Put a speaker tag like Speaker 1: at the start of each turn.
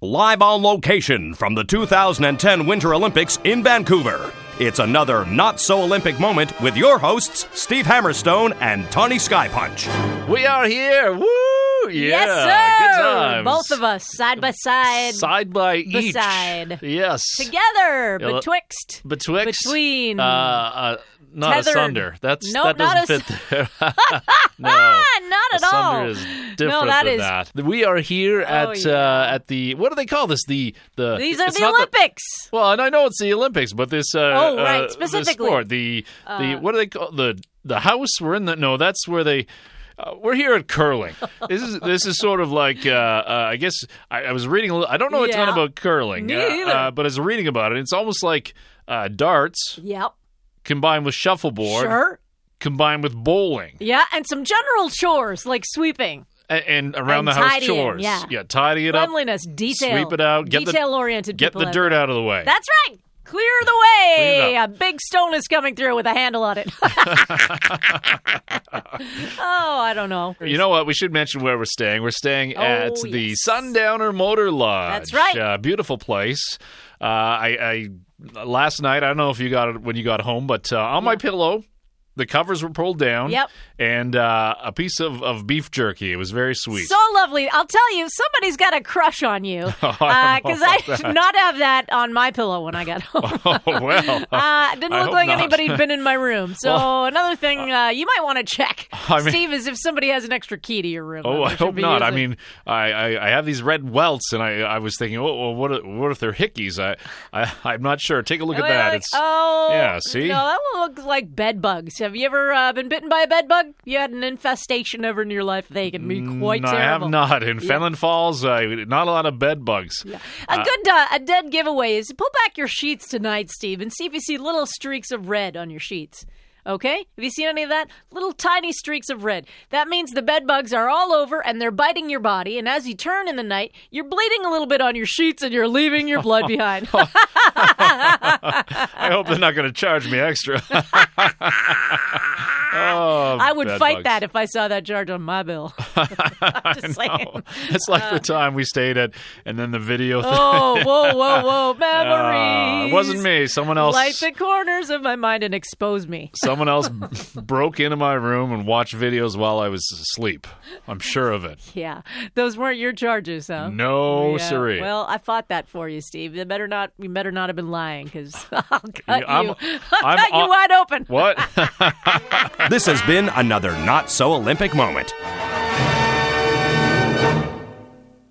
Speaker 1: Live on location from the 2010 Winter Olympics in Vancouver. It's another not so Olympic moment with your hosts, Steve Hammerstone and Tawny Skypunch.
Speaker 2: We are here. Woo! Yeah.
Speaker 3: yes, sir.
Speaker 2: Good times.
Speaker 3: Both of us, side by side,
Speaker 2: Side by each.
Speaker 3: Beside.
Speaker 2: Yes. Yeah,
Speaker 3: together,
Speaker 2: let-
Speaker 3: betwixt,
Speaker 2: Betwixt.
Speaker 3: between.
Speaker 2: Uh, uh, not
Speaker 3: Tethered.
Speaker 2: asunder. That's
Speaker 3: Nope,
Speaker 2: that doesn't
Speaker 3: not
Speaker 2: fit there. no.
Speaker 3: ah, not at
Speaker 2: asunder
Speaker 3: all.
Speaker 2: is different
Speaker 3: no, that
Speaker 2: than
Speaker 3: is. Oh,
Speaker 2: that. We are here at uh, at the what do they call this? The the
Speaker 3: These are
Speaker 2: it's
Speaker 3: the
Speaker 2: not
Speaker 3: Olympics.
Speaker 2: well, and I know it's the Olympics, but this uh,
Speaker 3: Oh,
Speaker 2: uh,
Speaker 3: right,
Speaker 2: this
Speaker 3: specifically. Uh.
Speaker 2: sport, the the what do they call the the house we're in? The no, that's where they. Uh, we're here at curling. This is this is sort of like uh, uh, I guess I, I was reading. A little, I don't know a ton
Speaker 3: Yeah.
Speaker 2: about curling,
Speaker 3: Me
Speaker 2: uh,
Speaker 3: either.
Speaker 2: uh, but as reading about it, it's almost like uh, darts
Speaker 3: Yep.
Speaker 2: combined with shuffleboard
Speaker 3: Sure.
Speaker 2: combined with bowling
Speaker 3: Yeah, and some general chores like sweeping,
Speaker 2: and, and around
Speaker 3: And
Speaker 2: the house
Speaker 3: tidying,
Speaker 2: chores.
Speaker 3: yeah.
Speaker 2: tidy it up,
Speaker 3: cleanliness, detail.
Speaker 2: sweep it out, get the-
Speaker 3: Detail-oriented
Speaker 2: get
Speaker 3: people
Speaker 2: the
Speaker 3: have-
Speaker 2: dirt out of the way.
Speaker 3: That's right. Clear the way.
Speaker 2: Clean it
Speaker 3: A big stone is coming through with a handle on it. oh, I don't know.
Speaker 2: You know what? We should mention where we're staying. We're staying
Speaker 3: Oh,
Speaker 2: at the
Speaker 3: yes.
Speaker 2: Sundowner Motor Lodge.
Speaker 3: That's right.
Speaker 2: Uh, beautiful place. Uh, I, I last night. I don't know if you got it when you got home, but uh, on my pillow. The covers were pulled down,
Speaker 3: Yep.
Speaker 2: and uh, a piece of, of beef jerky. It was very sweet.
Speaker 3: So lovely. I'll tell you, somebody's got a crush on you. Because
Speaker 2: I don't know about
Speaker 3: I did not have that on my pillow when I got home.
Speaker 2: oh well,
Speaker 3: Uh, it didn't
Speaker 2: I
Speaker 3: look
Speaker 2: hope
Speaker 3: like
Speaker 2: not.
Speaker 3: anybody had been in my room. So another thing uh, you might want to check,
Speaker 2: I mean-
Speaker 3: Steve, is if somebody has an extra key to your room.
Speaker 2: oh, I
Speaker 3: which would
Speaker 2: hope
Speaker 3: be
Speaker 2: not. I
Speaker 3: using-
Speaker 2: mean, I, I, I have these red welts, and I, I was thinking, oh, well, what if- what if they're hickeys? I, I I'm not sure. Take a look at
Speaker 3: Well,
Speaker 2: that.
Speaker 3: like,
Speaker 2: it's
Speaker 3: oh,
Speaker 2: yeah, see?
Speaker 3: No, that looks like bed bugs. Have you ever uh, been bitten by a bed bug? You had an infestation ever in your life. They can be quite
Speaker 2: no, Mm, I have
Speaker 3: terrible.
Speaker 2: not. In Fenland Falls, uh, not a lot of bed bugs.
Speaker 3: A good uh, a dead giveaway is pull back your sheets tonight, Steve, and see if you see little streaks of red on your sheets. Okay? Have you seen any of that? Little tiny streaks of red. That means the bed bugs are all over and they're biting your body. And as you turn in the night, you're bleeding a little bit on your sheets and you're leaving your blood behind.
Speaker 2: I hope they're not going to charge me extra. Oh,
Speaker 3: I would
Speaker 2: bed
Speaker 3: fight
Speaker 2: bugs.
Speaker 3: that if I saw that charge on my bill. Just saying.
Speaker 2: No. Oh, It's like the time we stayed at, and then the video thing.
Speaker 3: Uh, Oh, whoa, whoa, whoa,
Speaker 2: Uh,
Speaker 3: memories.
Speaker 2: it wasn't me. Someone else.
Speaker 3: Light the corners of my mind and expose me.
Speaker 2: someone else broke into my room and watched videos while I was asleep. I'm sure of it.
Speaker 3: Yeah, those weren't your charges, huh?
Speaker 2: No,
Speaker 3: Oh, Yeah.
Speaker 2: siree.
Speaker 3: Well, I fought that for you, Steve. You better not. You better not have been lying, because I'll cut
Speaker 2: I'm-
Speaker 3: you.
Speaker 2: I'm
Speaker 3: I'll cut you
Speaker 2: on-
Speaker 3: wide open.
Speaker 2: what?
Speaker 1: This has been another not so Olympic moment.